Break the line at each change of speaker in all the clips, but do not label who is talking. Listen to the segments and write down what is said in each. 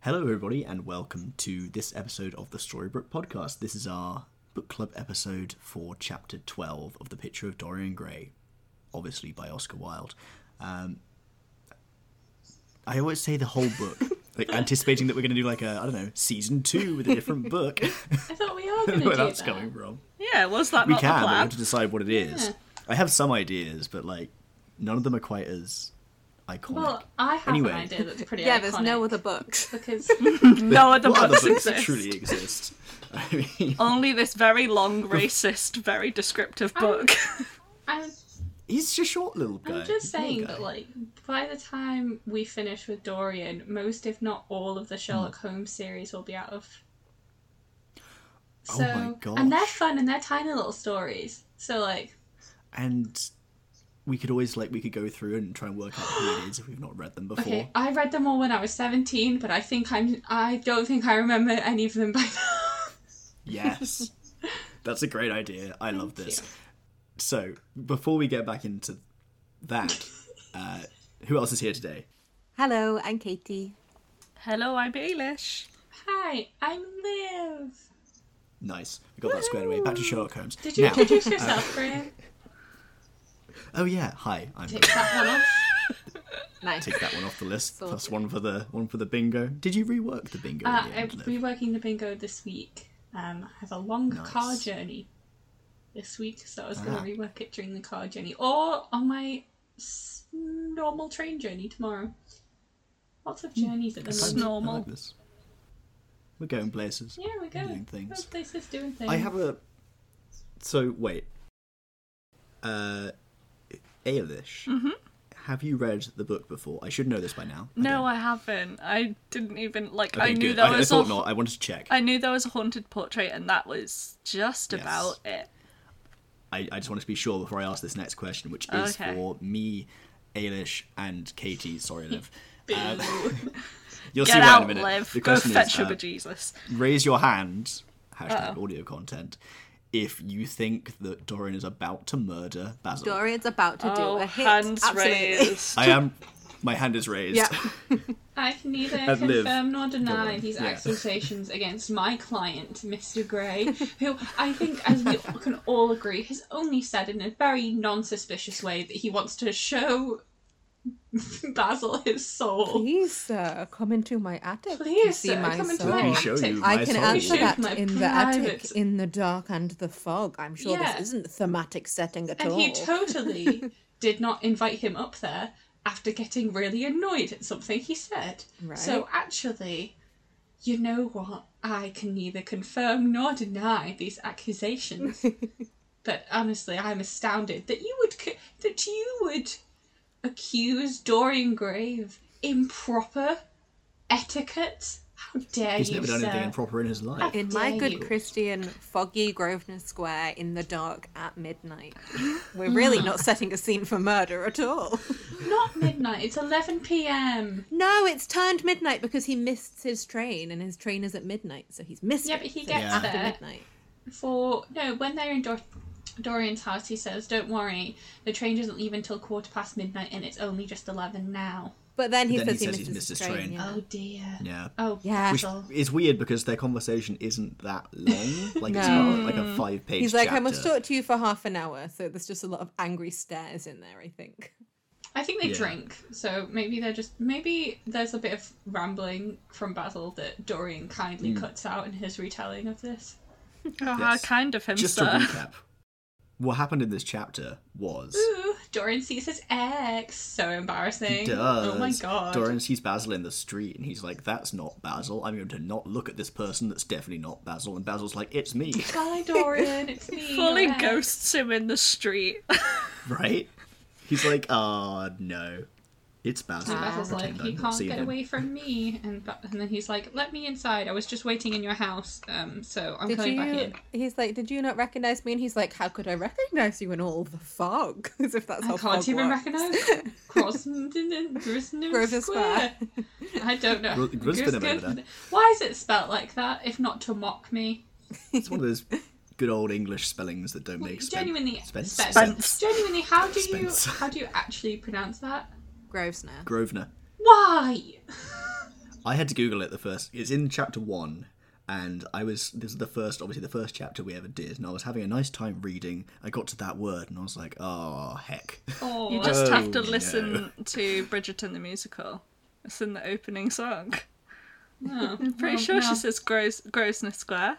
Hello, everybody, and welcome to this episode of the Storybook Podcast. This is our book club episode for chapter 12 of The Picture of Dorian Gray, obviously by Oscar Wilde. Um, I always say the whole book, like anticipating that we're going to do like a, I don't know, season two with a different book.
I thought we are going to do
Where that's
that.
coming from.
Yeah, was that
We
not
can,
the
but we
plan?
have to decide what it is.
Yeah.
I have some ideas, but like none of them are quite as iconic.
Well, I have
Anyway.
an idea that's pretty.
yeah, there's no
iconic,
other books.
because
No other
what other
books
books
exist.
truly exist? I mean,
Only this very long, racist, very descriptive book.
I'm,
He's a short little guy.
I'm just
He's a little
saying
guy.
that like by the time we finish with Dorian, most if not all
Hmm.
of the Sherlock Holmes series will be out of.
Oh
So,
my
and they're
gosh.
fun and they're tiny little stories. So like,
and we could always like we could go through and try and work out who it is if we've not read them before.
okay, I read them all when I was 17, but I think I'm I don't think I remember any of them by now.
Yes, that's a great idea. I love
Thank
this.
you.
So before we get back into that, uh, who else is here today?
Hello, I'm Katie.
Hello, I'm Baelish.
Hi, I'm Liv.
Nice, we got that squared away. Back to Sherlock Holmes.
Did you
Now-
introduce yourself, Graham?
oh yeah, hi. I'm
Take that one off.
Nice.
take that one off the list.
Sorted.
Plus one for the one for the bingo. Did you rework the bingo?
Uh,
in the
I'm
end, Liv?
reworking the bingo this week. Um, I have a long
Nice.
car journey this week, so I was going
Ah.
to rework it during the car journey or on my s- normal train journey tomorrow. Lots of journeys at the
Hmm. I like-
moment.
I
normal.
like this. We're going places.
Yeah, we go.
Doing things.
Those places doing things.
I have a. So wait. Uh, Ailish, have you read the book before? I should know this by now.
Mm-hmm. No,
I,
I haven't. I didn't even like.
don't. okay,
I knew
good.
there
I, I
was a.
thought not. I wanted to check. I,
I knew there was a haunted portrait, and that was just
Yes.
about it.
I, just wanted to be sure before I ask this next question, which is
Okay.
for me, Ailish, and Katie. Sorry, Liv. Um,
Boo.
you'll see
Get
why in a
out,
minute.
Liv.
The
Go
question
fetch
is,
your
uh,
bejesus.
raise your hand hashtag audio content if you think that Dorian is about to murder Basil.
Dorian's about to do
Oh,
a hit.
hands
Absolutely.
raised.
I am. My hand is raised.
Yeah.
I can neither
And Liv.
confirm nor
Go
deny
on.
these
Yeah.
accusations against my client, Mr. Gray, who I think, as we can all agree, has only said in a very non suspicious way that he wants to show Basil his soul.
Please uh, come into my attic. to
Please,
see
sir,
my
come into
soul.
Let
my
me show
attic.
you
I
my
can
soul.
answer
Shoot
that
my
in the
privates.
attic, in the dark and the fog. I'm sure
Yeah.
this isn't thematic setting at
And
all.
he totally did not invite him up there after getting really annoyed at something he said. So
Right.
actually, you know what? I can neither confirm nor deny these accusations. but honestly, I'm astounded that you would c- that you would accuse Dorian Gray of improper etiquette. How dare
He's
you,
never done
sir?
anything improper in his life.
in my
dare
good
you.
Christian, foggy Grosvenor Square in the dark at midnight. We're really not setting a scene for murder at all.
Not midnight. It's 11 p.m.
No, it's turned midnight because he missed his train, and his train is at midnight, so he's missed.
Yeah,
it,
but he
so
gets
it's after
there.
midnight.
for no when they're in Dor- Dorian's house, he says, "Don't worry, the train doesn't leave until quarter past midnight, and it's only just eleven now."
But then he
Then
says
he
he,
says
misses
he's missed
his
his
train.
train.
Yeah.
Oh dear.
Yeah.
Oh
Yeah.
Which
Basil.
is weird because their conversation isn't that long. Like it's not
No.
like a five-page.
He's like,
chapter.
I must talk to you for half an hour. So there's just a lot of angry stares in there, I think.
I think they
Yeah.
drink, so maybe they're just maybe there's a bit of rambling from Basil that Dorian kindly
Hmm.
cuts out in his retelling of this.
Oh,
Yes.
How kind of him,
Just to
sir.
recap, what happened in this chapter was.
Ooh, Dorian sees his ex. So embarrassing.
He does.
Oh my god.
Dorian sees Basil in the street and he's like, that's not Basil. I'm going to not look at this person that's definitely not Basil. And Basil's like, it's me,
Hi Dorian, it's me.
Fully
your ex.
ghosts him in the street.
right? He's like, ah, no. It's Basil.
And Basil's like,
Ah, Pretend
you
I've not
can't
seen
get
him."
away from me. And, Ba- and then he's like, let me inside. I was just waiting in your house. Um, so I'm
Did
coming back
you?
in.
He's like, did you not recognize me? And he's like, how could I recognize you in all the fog? As if that's how
I can't
fog
even
works.
recognise Grosvenor Grosvenor
Grosvenor
Square. I don't know.
Gros- Grosvenor,
Gros-
maybe that.
Why is it spelt like that? If not to mock me,
It's one of those good old English spellings that don't make sense.
genuinely,
Spence?
Spence.
Spence.
genuinely, how do you
Spence.
how do you actually pronounce that?
Grosvenor.
Grosvenor.
Why?
I had to Google it the first. It's in chapter one, and I was this is the first, obviously the first chapter we ever did, and I was having a nice time reading. I got to that word, and I was like, oh heck.
Oh,
You just have to
Oh,
listen to Bridgerton the musical. It's in the opening song. I'm pretty sure she says Gros- Grosvenor Square.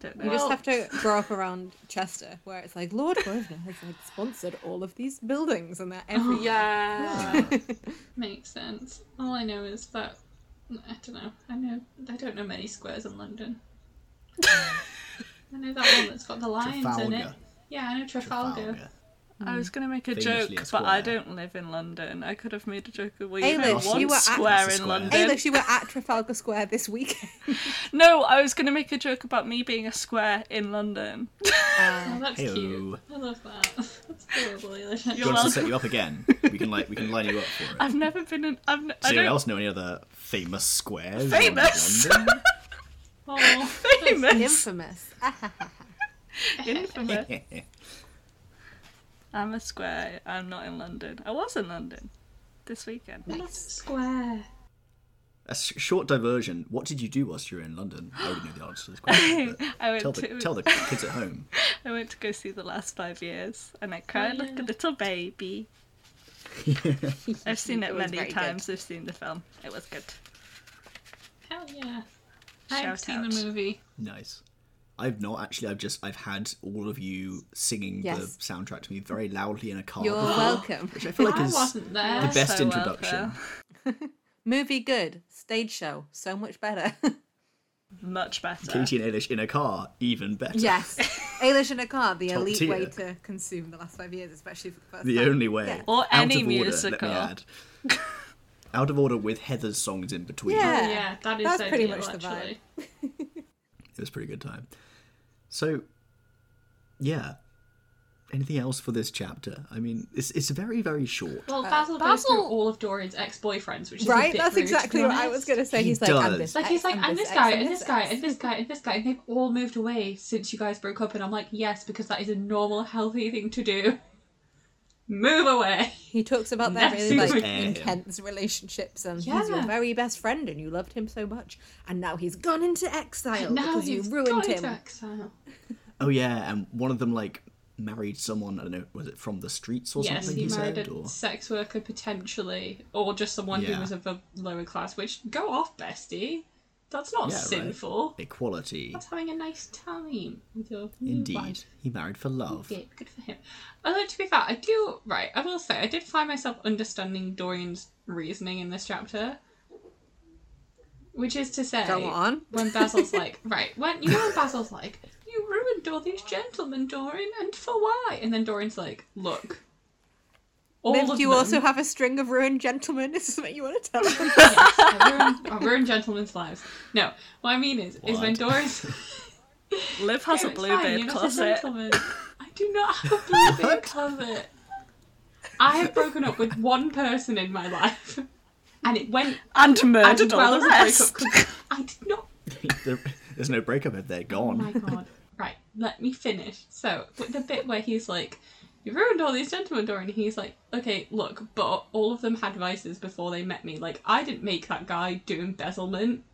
Don't know.
You just have to grow up around Chester, where it's like Lord Grosvenor has like sponsored all of these buildings and they're every
Oh,
yeah.
makes sense. All I know is that I don't know. I know I don't know many squares in London. I know that one that's got the lines in it.
Trafalgar.
Yeah, I know Trafalgar.
Trafalgar.
I was going to make a
Famously
joke,
a
but I
square.
don't live in London. I could have made a joke of, well, you
Ayla,
know,
you
one
were at-
square
It's a
in
square.
London.
Ayla, you were at Trafalgar Square this weekend.
No, I was going to make a joke about me being a square in London.
Oh,
Uh,
that's
Heyo.
cute. I love that. That's adorable. Eilish.
Do you
You're
want us to set
welcome.
you up again? We can like we can line you up for it.
I've never been in. I've, n-
Does
I
anyone
don't.
else know any other famous squares? in
Famous?
London?
Oh,
Famous.
Infamous.
Infamous. I'm a square. I'm not in London. I was in London this weekend.
not square.
a s- short diversion. What did you do whilst you were in London? I already knew the answer to this question. but
I went
tell
to
the tell the kids at home.
I went to go see the last five years, and I cried like a little baby. I've seen it,
It was
many
very good.
times. I've seen the film. It was good.
Hell yeah. I
Shout
haven't seen
out.
the movie.
Nice. I've not actually. I've just. I've had all of you singing the
Yes.
soundtrack to me very loudly in a car.
You're welcome.
which I feel like
I
is the
wasn't there.
The
best
So
introduction.
welcome.
Movie good. Stage show. So much better.
Much better.
Katie and Eilish in a car, even better.
yes. Eilish in a car, the
Top
elite
tier.
way to consume the last five years, especially for the first
The
time.
only way.
Yeah.
Or any
Out of order, Let
musical.
me add. Out of order with Heather's songs in between.
Yeah.
Oh, yeah, that is
That's pretty
ideal,
much the vibe.
actually.
It was a pretty good time. So, yeah. Anything else for this chapter? I mean, it's it's very very short.
Well, Basil, goes through
Basil-
all of Dorian's ex-boyfriends, which is a
Right?
bit
That's
rude, to
exactly
be
what I
honest.
was going to say.
He
He's like, I'm
does.
this.
Like
ex,
he's like,
I'm
and this
ex,
guy,
I'm
and
this
this guy,
ex."
and this guy, and this guy, and they've all moved away since you guys broke up. And I'm like, yes, because that is a normal, healthy thing to do. Move away.
He talks about their
That's
really like
super-
intense relationships and he's your
Yeah.
very best friend and you loved him so much and now he's gone into exile
Now
because you
you've
ruined
gone into
him.
exile.
Oh yeah, and one of them like married someone. I don't know. Was it from the streets or
Yes,
something?
he married
said,
a
or
sex worker potentially, or just someone
Yeah.
who was of a lower class. Which go off, bestie. That's not
Yeah, right.
sinful.
equality.
That's having a nice time with your new
Indeed,
wife.
he married for love.
Yeah, good for him. Although to be fair, I do right. I will say I did find myself understanding Dorian's reasoning in this chapter, which is to say,
Go on.
when Basil's like, right, when you know, when Basil's like, you ruined all these gentlemen, Dorian, and for why? And then Dorian's like, look, all
Liv,
of
do you
them,
also have a string of ruined gentlemen? Is this what you want to tell me?
I ruined, I ruined gentlemen's lives. No, what I mean is, is when
What?
Dorian's
Liv has
No,
a
it's fine,
bluebeard
you're not a
closet.
gentleman. I do not have a bluebeard closet. I have broken up with one person in my life, and it went
And
as
murdered all
well
the
as a
rest.
breakup. 'cause I did not.
There- There's no breakup if they're
Oh
gone.
my god! Right, let me finish. So with the bit where he's like, "You ruined all these gentlemen, Dorian." He's like, "Okay, look, but all of them had vices before they met me. Like, I didn't make that guy do embezzlement.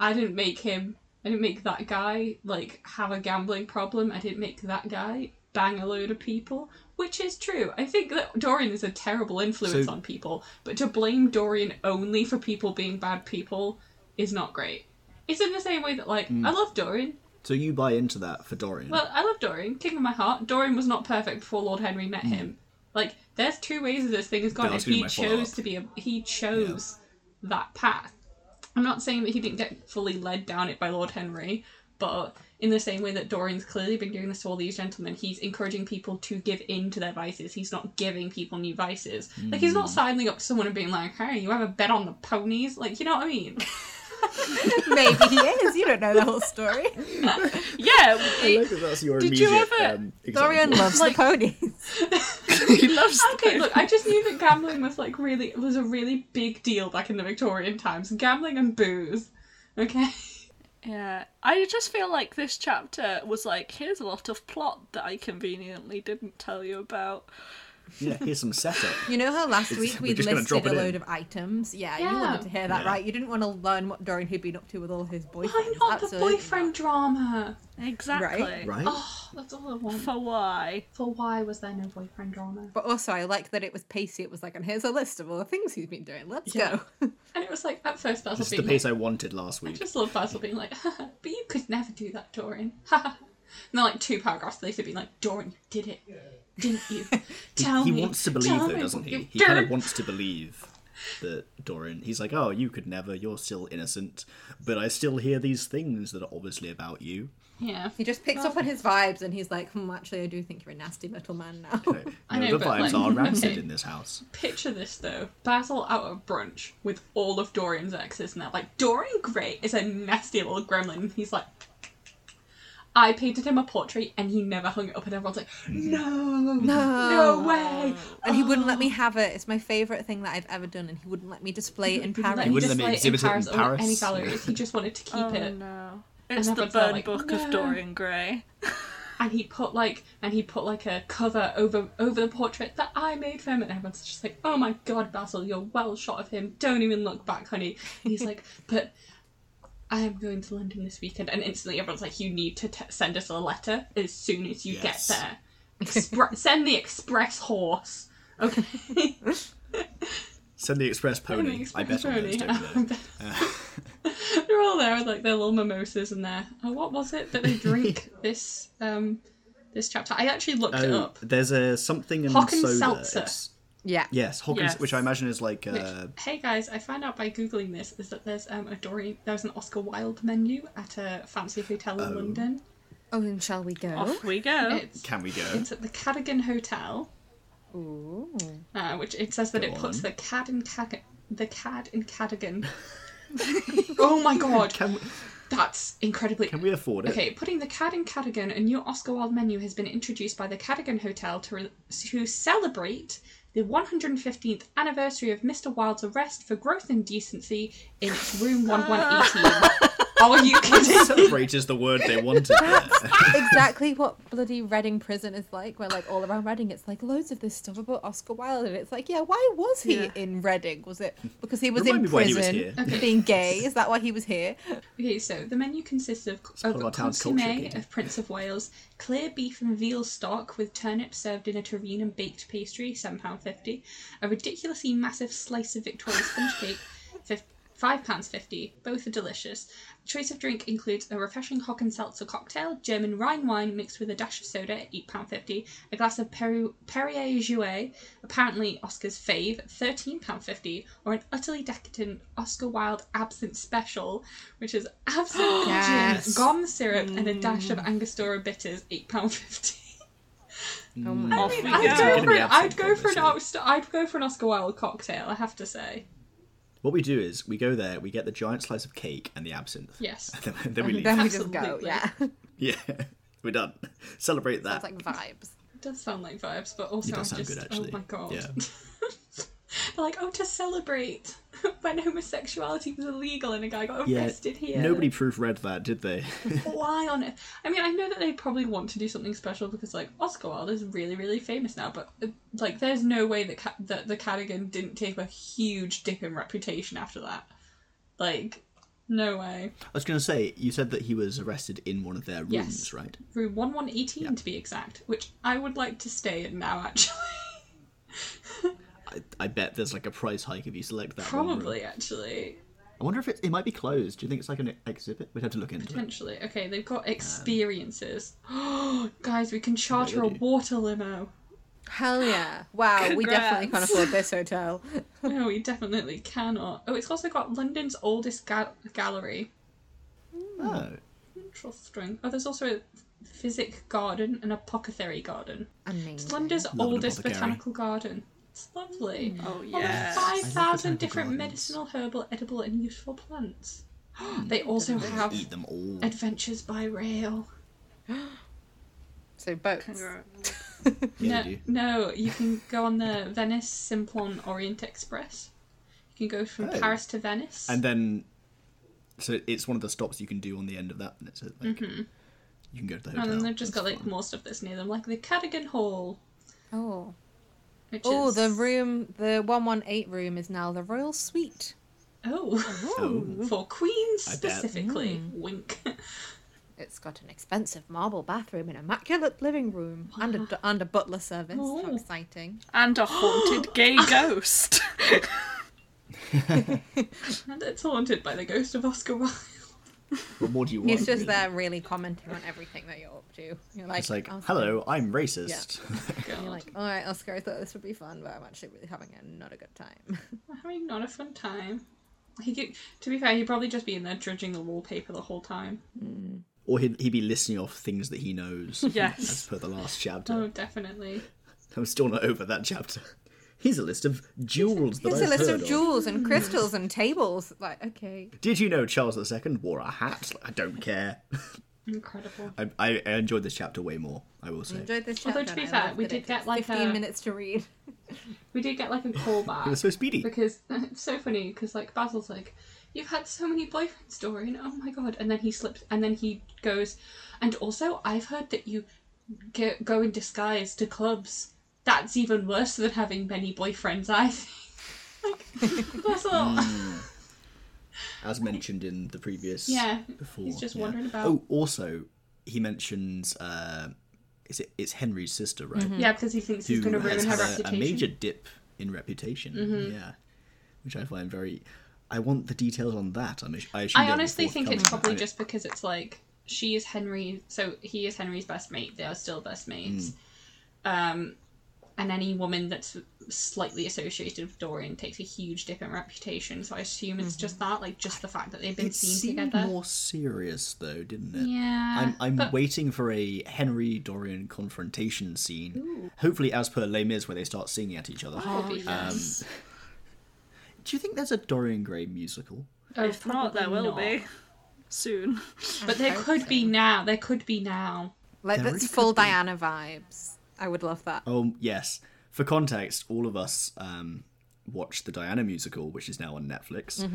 I didn't make him. I didn't make that guy like have a gambling problem. I didn't make that guy bang a load of people." Which is true. I think that Dorian is a terrible influence
So-
on people, but to blame Dorian only for people being bad people is not great. It's in the same way that, like, I love Dorian.
So you buy into that for Dorian?
Well, I love Dorian, king of my heart. Dorian was not perfect before Lord Henry met him. Like, there's two ways this thing has gone,
Hmm. That was
and
gonna be
he
my
chose
follow-up.
to be a he chose that path. I'm not saying that he didn't get fully led down it by Lord Henry, but in the same way that Dorian's clearly been doing this to all these gentlemen, he's encouraging people to give in to their vices. He's not giving people new vices. Like he's
Hmm.
not sidling up to someone and being like, "Hey, you have a bet on the ponies?" Like, you know what I mean?
Maybe he is. You don't know the whole story.
Yeah,
I
he,
like that that's your
Did you
immediate
ever-
um,
Dorian
example.
loves the ponies.
he loves the
Okay,
pony.
look, I just knew that gambling was like really was a really big deal back in the Victorian times. Gambling and booze. Okay.
Yeah, I just feel like this chapter was like, here's a lot of plot that I conveniently didn't tell you about.
Yeah, here's some setup.
You know how last
It's-
week
we're
we
just gonna drop
listed
it
a load
in.
of items? Yeah, you
Yeah.
wanted to hear that,
Yeah.
right? You didn't want to learn what Dorian had been up to with all his boyfriends.
Why not
Absolutely
the boyfriend drama?
Exactly.
Right?
Oh, that's all I want.
For why?
For why was there no boyfriend drama?
But also, I like that it was pacey. It was like, and here's a list of all the things he's been doing. Let's
Yeah.
go.
And it was like at first Basil
This is the
being
pace I
like,
wanted last
I
week.
just love Basil being like, "Haha, but you could never do that, Dorian. and then like two paragraphs later being like, Dorian, you did it, didn't you? Tell
he
me.
wants to believe,
Tell
though,
me
doesn't
what
he?
you
He kind
did."
of wants to believe that Dorian. He's like, "Oh, you could never. You're still innocent, but I still hear these things that are obviously about you."
Yeah.
He just picks
Oh.
up on his vibes and he's like, hmm, actually, I do think you're a nasty little man now.
Okay.
I
No,
know,
the
but,
vibes
like,
are rancid
okay.
in this house.
Picture this though: Basil out at brunch with all of Dorian's exes, and they're like, "Dorian Gray is a nasty little gremlin." And he's like, "I painted him a portrait, and he never hung it up." And everyone's like, "No, no way!"
Um, And he wouldn't let me have it. It's my favourite thing that I've ever done, and he wouldn't let me display it in
He
Paris.
He wouldn't let me
display
exhibit it in
Paris or
Paris.
Any galleries. He just wanted to keep
Oh
it,
no. It's the
everyone's there
burn
like,
book
"No."
of Dorian Gray.
and he put like, and he put like a cover over over the portrait that I made for him. And everyone's just like, "Oh my god, Basil, you're well shot of him. Don't even look back, honey." And he's like, "But." I am going to London this weekend, and instantly everyone's like, "You need to t- send us a letter as soon as you
Yes.
get there. Expre- send the express horse, okay?
Send the express
An
pony. I bet on those, don't
express
you know?
pony. They're all there with like their little mimosas and their oh, what was it that they drink this um this chapter? I actually looked it
Oh,
up.
there's a something in
Hock and
soda.
seltzer.
It's-
Yeah.
yes, Hock and-
Yes.
which I imagine is like
Which,
uh,
hey guys, I found out by googling this is that there's um a Dorian there's an Oscar Wilde menu at a fancy hotel in London.
Oh, then shall we go?
Off we
Oh,
go.
It's
can we go?
it's at the Cadogan Hotel,
Ooh.
uh, which it says that
Go
it puts
on.
the Cad and Cag the Cad in Cadogan. oh my god,
Can we,
that's incredibly
can we afford it?
Okay, putting the Cad and Cadogan, a new Oscar Wilde menu has been introduced by the Cadogan Hotel to, re- to celebrate the 115th anniversary of Mr. Wilde's arrest for gross indecency in room 1118. Are you kidding?
Celebrate is the word they wanted. there.
exactly what bloody Reading prison is like, where like all around Reading, it's like loads of this stuff about Oscar Wilde, and it's like, yeah, why was he
Yeah.
in Reading? Was it because he was
Remind
in
me why he was
prison
here.
for being gay? Is that why he was here?
okay, so the menu consists of,
part
of
of our town's culture,
consommé
Katie.
of Prince of Wales, clear beef and veal stock with turnip served in a terrine and baked pastry, £7.50, a ridiculously massive slice of Victoria sponge cake, fif- £5.50. Both are delicious. Choice of drink includes a refreshing hock and seltzer cocktail, German Rhine wine mixed with a dash of soda at £8.50, a glass of Peru- Perrier Jouet, apparently Oscar's fave, £13.50, or an utterly decadent Oscar Wilde absinthe special, which is absinthe,
Yes.
gin, gum syrup, and a dash
Mm.
of Angostura bitters, £8.50.
Oh my
Off we
I'd
It's
go.
gonna
go, for
be
an, I'd
absinthe,
go for an
obviously.
Oscar, I'd go for an Oscar Wilde cocktail. I have to say,
What we do is we go there, we get the giant slice of cake and the absinthe.
yes.
Then, then we leave.
Then we just go,
Absolutely.
yeah. It's
Yeah, we're done. Celebrate that.
like vibes.
It does sound like vibes, but also
It
I'm
does sound
just
good, actually.
oh my god.
Yeah.
They're like, oh, to celebrate when homosexuality was illegal and a guy got
Yeah,
arrested here.
Nobody proofread that, did they?
Why on it? I mean, I know that they probably want to do something special because, like, Oscar Wilde is really, really famous now. But uh, like, there's no way that Ca- that the Cadogan didn't take a huge dip in reputation after that. Like, no way.
I was going to say, you said that he was arrested in one of their rooms,
Yes.
right?
Room one one eighteen to be exact, which I would like to stay in now. Actually,
I, I bet there's like a price hike if you select that. one room.
probably actually.
I wonder if it, it might be closed. Do you think it's like an exhibit? We'd have to look into it.
Potentially. Okay, they've got experiences. Guys, we can charter a
Already.
water limo.
Hell yeah. Wow, we definitely can't
Congrats.
afford this hotel.
No, we definitely cannot. Oh, it's also got London's oldest ga- gallery.
Oh,
Interesting. Oh, there's also a physic garden and apothecary garden. It's
Amazing.
London's
an
oldest
apothecary.
botanical garden. It's lovely.
Mm.
Oh
Over
yeah.
5,000
botanical
different
gardens.
medicinal, herbal, edible, and useful plants. they also have
eat them all.
adventures by rail.
So boats.
Yeah,
no,
they do.
no, you can go on the Venice Simplon Orient Express. You can go from
Oh.
Paris to Venice.
And then, so it's one of the stops you can do on the end of that. And it's like, you can go to the hotel.
and Mm-hmm. Oh, then they've just
That's
got like
fun.
more stuff that's near them, like the Cadogan Hall,
Oh.
Which
Oh,
is...
the room, the 118 room is now the Royal Suite.
Oh,
Oh.
for queens
I bet.
specifically. Wink.
It's got an expensive marble bathroom, an immaculate living room, and a, and a butler service. How
Oh.
exciting.
And a haunted gay ghost.
and it's haunted by the ghost of Oscar Wilde.
What more do you want?
He's just
really?
there really commenting on everything that you're up to. You're like,
It's like,
"Oh,
hello, I'm racist.
God.
You're like, all right, Oscar, I thought this would be fun, but I'm actually really having a not a good time.
We're having not a fun time. He could, to be fair, he'd probably just be in there judging the wallpaper the whole time.
or he'd, he'd be listing off things that he knows.
Yes.
As per the last chapter.
Oh, definitely.
I'm still not over that chapter. Here's a list of jewels that
Here's
I've
a list
heard
of jewels
Hmm.
and crystals and tables. Like, okay.
Did you know Charles II wore a hat? Like, I don't care.
Incredible.
I, I, I enjoyed this chapter way more, I will
I
say.
enjoyed this chapter.
Although, to be
and I
fair,
love
we
that it
did get,
takes
like,
15
a-
minutes to read.
We did get like a
It
callback
was so speedy.
because it's so funny because like Basil's like, you've had so many boyfriends, Dorian. Oh my god! And then he slips, and then he goes, and also I've heard that you go, go in disguise to clubs. That's even worse than having many boyfriends. I think. like Basil.
Mm. as mentioned in the previous
Yeah,
before
he's just
yeah.
wondering about-
oh also he mentions uh is it it's henry's sister right
Yeah, because he thinks he's going to Mm-hmm.
has
ruin her
had a-
reputation. Mm-hmm.
A, major dip in reputation yeah which i find very i want the details on that i'm i, assume
I
they'll be
honestly think it's
forthcoming.
probably
I mean,
just because it's like she is Henry, so he is Henry's best mate. They are still best mates.
Hmm.
Um, and any woman that's slightly associated with Dorian takes a huge dip in reputation. So I assume it's just
Mm-hmm.
that, like, just the fact that they've been
it
seen
seemed
together.
more serious though didn't it
Yeah,
I'm, I'm
but-
waiting for a Henry Dorian confrontation scene. Hopefully, as per Les Mis, where they start singing at each other.
Oh,
Oh,
um,
yes.
Do you think there's a Dorian Gray musical?
Oh,
if not, there will
probably
be. Soon.
But there
hope
could
so.
be now. There could be now.
Like,
There
that's
really
full
could be.
Diana vibes. I would love that.
Oh yes. For context, all of us um, watched the Diana musical, which is now on Netflix. uh,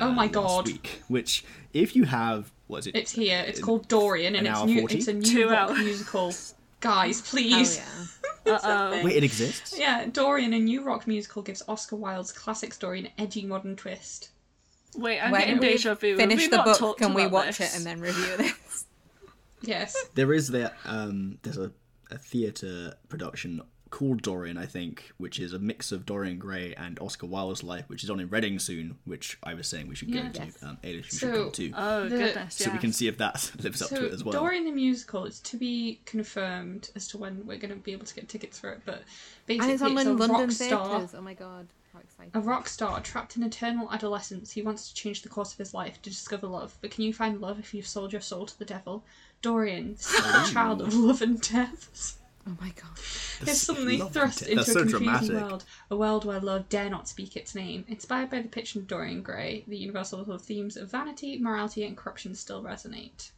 Oh my
last
God.
Week, which, if you have, what is it?
It's here. It's
An-
called Dorian, and
an
it's
hour
new.
40?
It's a new
Two
rock
hours.
musical. Guys,
Oh,
please.
yeah.
Uh oh.
Wait, it exists.
Yeah, Dorian, a new rock musical, gives Oscar Wilde's classic story an edgy modern twist.
Wait, I'm
When
getting
we
deja vu. Have
Finish
we
the
not
book.
talked
Can we
about
watch
this?
it and then review this?
Yes.
There is that. Um, there's a, a theatre production called Dorian, I think, which is a mix of Dorian Gray and Oscar Wilde's life, which is on in Reading soon. Which I was saying we should
Yeah.
go
Yes.
to. Um, Ailish, you
So,
should go to.
Oh,
The-
goodness, yeah.
so we can see if that lives up to
So
it as well.
Dorian the musical is to be confirmed as to when we're going to be able to get tickets for it, but
And
basically
it's
it's,
on
a
London
rock star.
theatres. Oh my god. How exciting.
A rock star trapped in eternal adolescence, he wants to change the course of his life to discover love. But can you find love if you've sold your soul to the devil? Dorian, the secret child of love and death.
Oh my god.
is suddenly
Love
thrust
it.
into a
That's so
confusing
dramatic.
world, a world where love dare not speak its name. Inspired by the picture of Dorian Gray, the universal themes of vanity, morality, and corruption still resonate.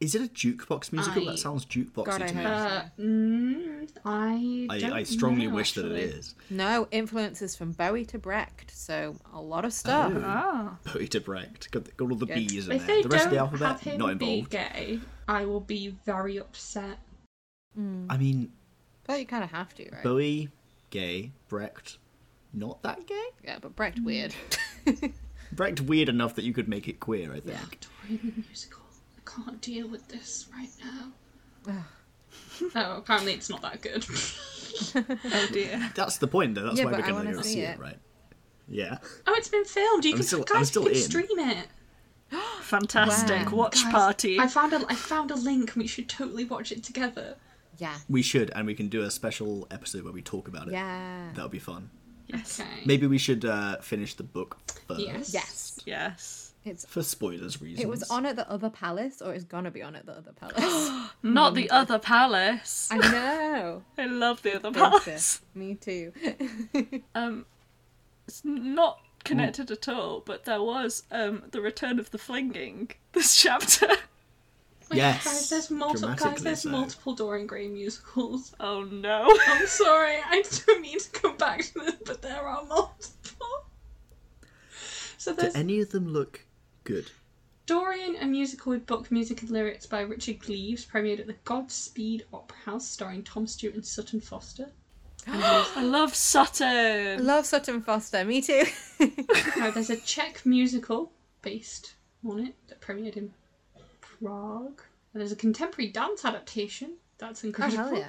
Is it a jukebox musical?
I-
That sounds jukeboxy
God, I
to me.
hope-
Uh, mm, I,
I,
don't
I strongly
know,
wish that
actually.
it is.
No, influences from Bowie to Brecht. So a lot of stuff.
Oh.
Poeta Brecht. Got, got all the
Good.
B's in
If
there.
they
The rest of
don't
the
have
alphabet,
him
not
be
involved.
gay, I will be very upset.
I mean,
But you kind of have to, right?
Bowie, gay, Brecht, not that gay?
Yeah, but Brecht weird.
Brecht weird enough that you could make it queer, I think.
Yeah.
Dorian the musical. I can't deal with this right now. oh, apparently it's not that good.
Oh dear.
That's the point, though. That's
Yeah,
why
but
we're
I
going
wanna
to go
see
see it.
it.
right? Yeah.
oh, it's been filmed. You
I'm
can
still- I'm
guys,
still
you can
in.
stream it.
Fantastic.
Wow.
Watch
Guys,
party.
I found a I found a link. We should totally watch it together.
yeah.
We should, and we can do a special episode where we talk about it.
Yeah.
That'll be fun.
Yes.
Okay.
Maybe we should uh, finish the book first.
Yes.
Yes.
Yes.
It's
For spoilers reasons.
it was on at the other palace or it's gonna be on at the other palace.
Not the other palace.
I know.
I love the other
Don't
palace.
you? Me too.
Um, it's not connected at all, but there was um the return of the flinging this chapter.
Wait,
Yes.
Guys, there's multiple guys.
Dramatically
There's
so.
multiple Dorian Gray musicals.
oh no.
I'm sorry. I don't mean to come back to this, but there are multiple. So
Do
there's
any of them look good?
Dorian, a musical with book music and lyrics by Richard Gleaves, premiered at the Godspeed Opera House, starring Tom Stewart and Sutton Foster.
I love Sutton.
Love Sutton Foster. Me too.
No, there's a Czech musical based on it that premiered in Prague. And there's a contemporary dance adaptation. That's incredible.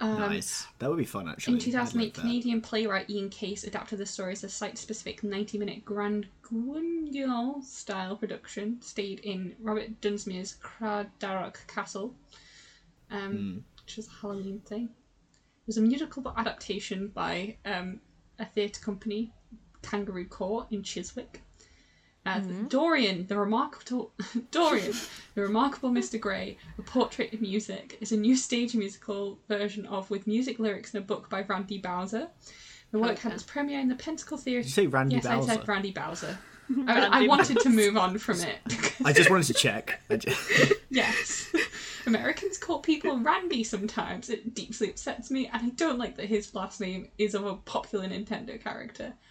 Um,
nice. That would be fun, actually.
In
I'd like
2008,
that.
Canadian playwright Ian Case adapted the story as a site-specific 90-minute Grand Guignol style production, stayed in Robert Dunsmuir's Cradarroch Castle,
Hmm.
um, which is a Halloween thing. It was a musical adaptation by um, a theatre company, Kangaroo Court, in Chiswick. Uh, Dorian, the remarkable Dorian, the remarkable Mr. Grey, a portrait in music, is a new stage musical version of with music lyrics in a book by Randy Bowser. The work had its premiere in the Pentacle Theatre.
Did you say Randy
yes, I said
Bowser?
Randy Bowser. I, I
Randy
wanted to move on from it. because-
I just wanted to check. I ju-
yes, Americans call people Randy sometimes. It deeply upsets me, and I don't like that his last name is of a popular Nintendo character.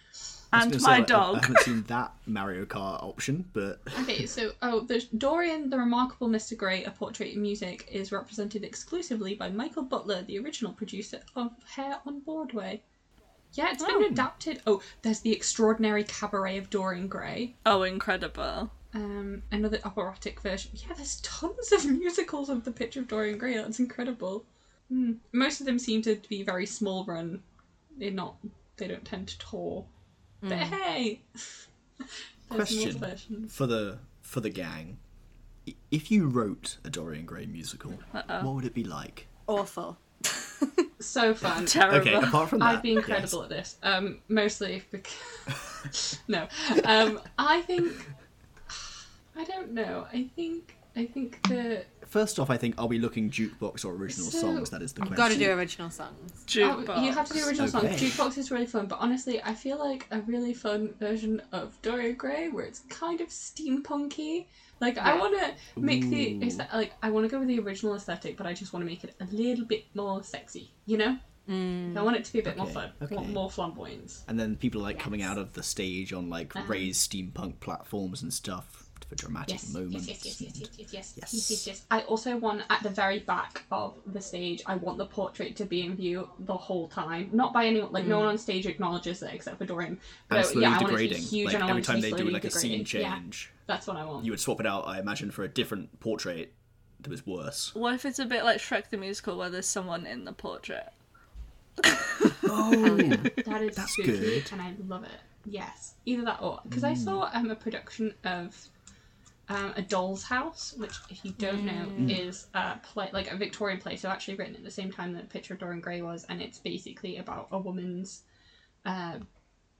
I was
And
gonna say,
my
like, uh, I- I
dog.
haven't seen that Mario Kart option, but
Okay, so oh, there's Dorian, the remarkable Mr. Grey, a portrait in music, is represented exclusively by Michael Butler, the original producer of Hair on Broadway. Yeah, it's been adapted. Oh, there's the extraordinary cabaret of Dorian Gray,
Oh, incredible.
um, another operatic version. Yeah, there's tons of musicals of the picture of Dorian Gray. That's incredible. Hmm. Most of them seem to be very small run. They're not. They don't tend to tour. But hey, there's more
Question.
versions.
for the for the gang, i- if you wrote a Dorian Gray musical, what would it be like?
Awful.
So fun.
Terrible.
Okay, apart from that,
I'd be
yes.
incredible at this. Um, mostly because no, um, I think I don't know. I think I think the
First off, I think are we looking jukebox or original
So-
songs? That is the question.
Got to do original songs.
oh,
Jukebox.
you have to do original
Okay.
songs. Jukebox is really fun, but honestly, I feel like a really fun version of Doria Gray, where it's kind of steampunky. Like I want to make the
Ooh.
aesthe- like I want to go with the original aesthetic, but I just want to make it a little bit more sexy. You know, I want it to be a bit more
Okay,
fun, I want
okay.
more flamboyance.
And then people are like coming out of the stage on like raised steampunk platforms and stuff for dramatic
Uh-huh. Yes,
moments.
yes, yes, yes, yes, yes, yes, yes, yes,
Yes.
yes, yes. I also want at the very back of the stage. I want the portrait to be in view the whole time, not by anyone. Like
Mm.
no one on stage acknowledges it except for Dorian. But
And
I-
slowly
yeah, I want it to
degrading.
be huge,
like
and I
every
want
time
it to
they
be
do
slowly
like a scene
degrading. Yeah,
change,
that's what I want.
you would swap it out, I imagine, for a different portrait that was worse.
What if it's a bit like Shrek the Musical where there's someone in the portrait?
Oh,
That is
That's
spooky,
good. Mm.
and I love it. Yes, either that or because I saw um, a production of um, a Doll's House, which if you don't know
Mm.
is a play like a Victorian play, so actually written at the same time that Picture of Dorian Gray was, and it's basically about a woman's uh,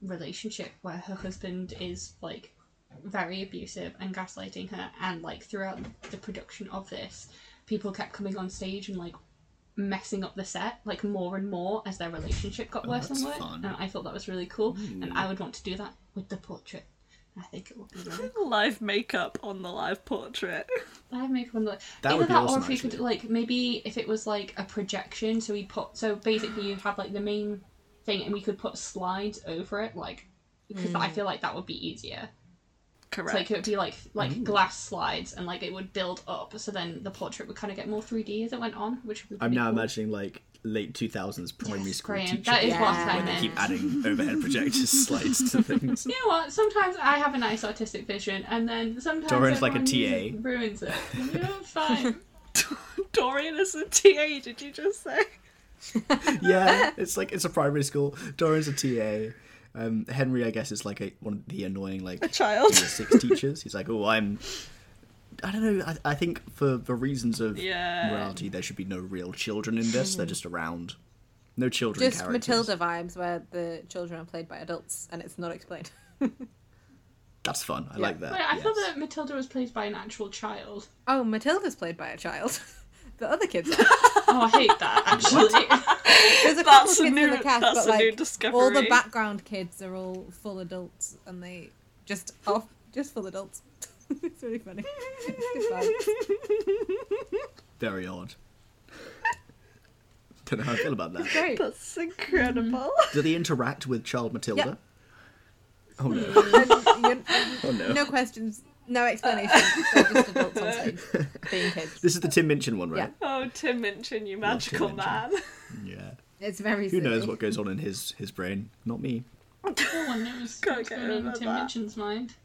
relationship where her husband is like very abusive and gaslighting her, and like throughout the production of this, people kept coming on stage and like messing up the set like more and more as their relationship got worse and
Oh, that's
worse.
fun.
And I thought that was really cool, and I would want to do that with the portrait. I think it would be really.
Live makeup on the live portrait.
I have makeup on the.
That
Either
would be
that,
awesome,
or if you could
actually.
like maybe if it was like a projection, so we put so basically you had like the main thing, and we could put slides over it, like because
Mm.
I feel like that would be easier.
Correct.
So like it would be like like
Mm.
glass slides, and like it would build up, so then the portrait would kind of get more three D as it went on, which would. Be
I'm
pretty
now
cool.
imagining like late 2000s primary
Yes,
school
Graham,
teacher
that is
days
what I
where they
meant.
keep adding overhead projector slides to things.
You know what? Sometimes I have a nice artistic vision, and then sometimes
Doran's like a
everyone
TA.
uses- ruins it. You know, it's fine.
Dorian is a TA, did you just say?
yeah, it's like it's a primary school. Doran's a TA. Um, Henry, I guess, is like a, one of the annoying like
A child.
year six teachers. He's like, oh, I'm. I don't know. I, I think for for reasons of
Yeah.
morality, there should be no real children in this.
Hmm.
They're just around. No children.
Just
characters.
Matilda vibes where the children are played by adults and it's not explained.
That's fun. I like that.
Wait, I thought
yes.
that Matilda was played by an actual child.
Oh, Matilda's played by a child. The other kids. Are.
Oh, I hate that actually.
There's a couple
That's
of
a
kids
new,
in the cast,
that's
but
a new
like
discovery.
all the background kids are all full adults and they just off just full adults. it's really funny. Good vibes.
Very odd. don't know how I feel about that.
Great.
That's incredible.
Mm-hmm.
Do they interact with child Matilda? Oh no!
You-
Oh no!
no questions, no explanations. They're just adults on stage being kids.
This is the Tim Minchin one, right?
Oh, Tim Minchin, you magical
Tim
man.
Yeah.
It's very
Who
silly.
knows what goes on in his his brain? Not me.
No one knows
Can't
what's
get
going on in
over
Tim
that.
Minchin's mind.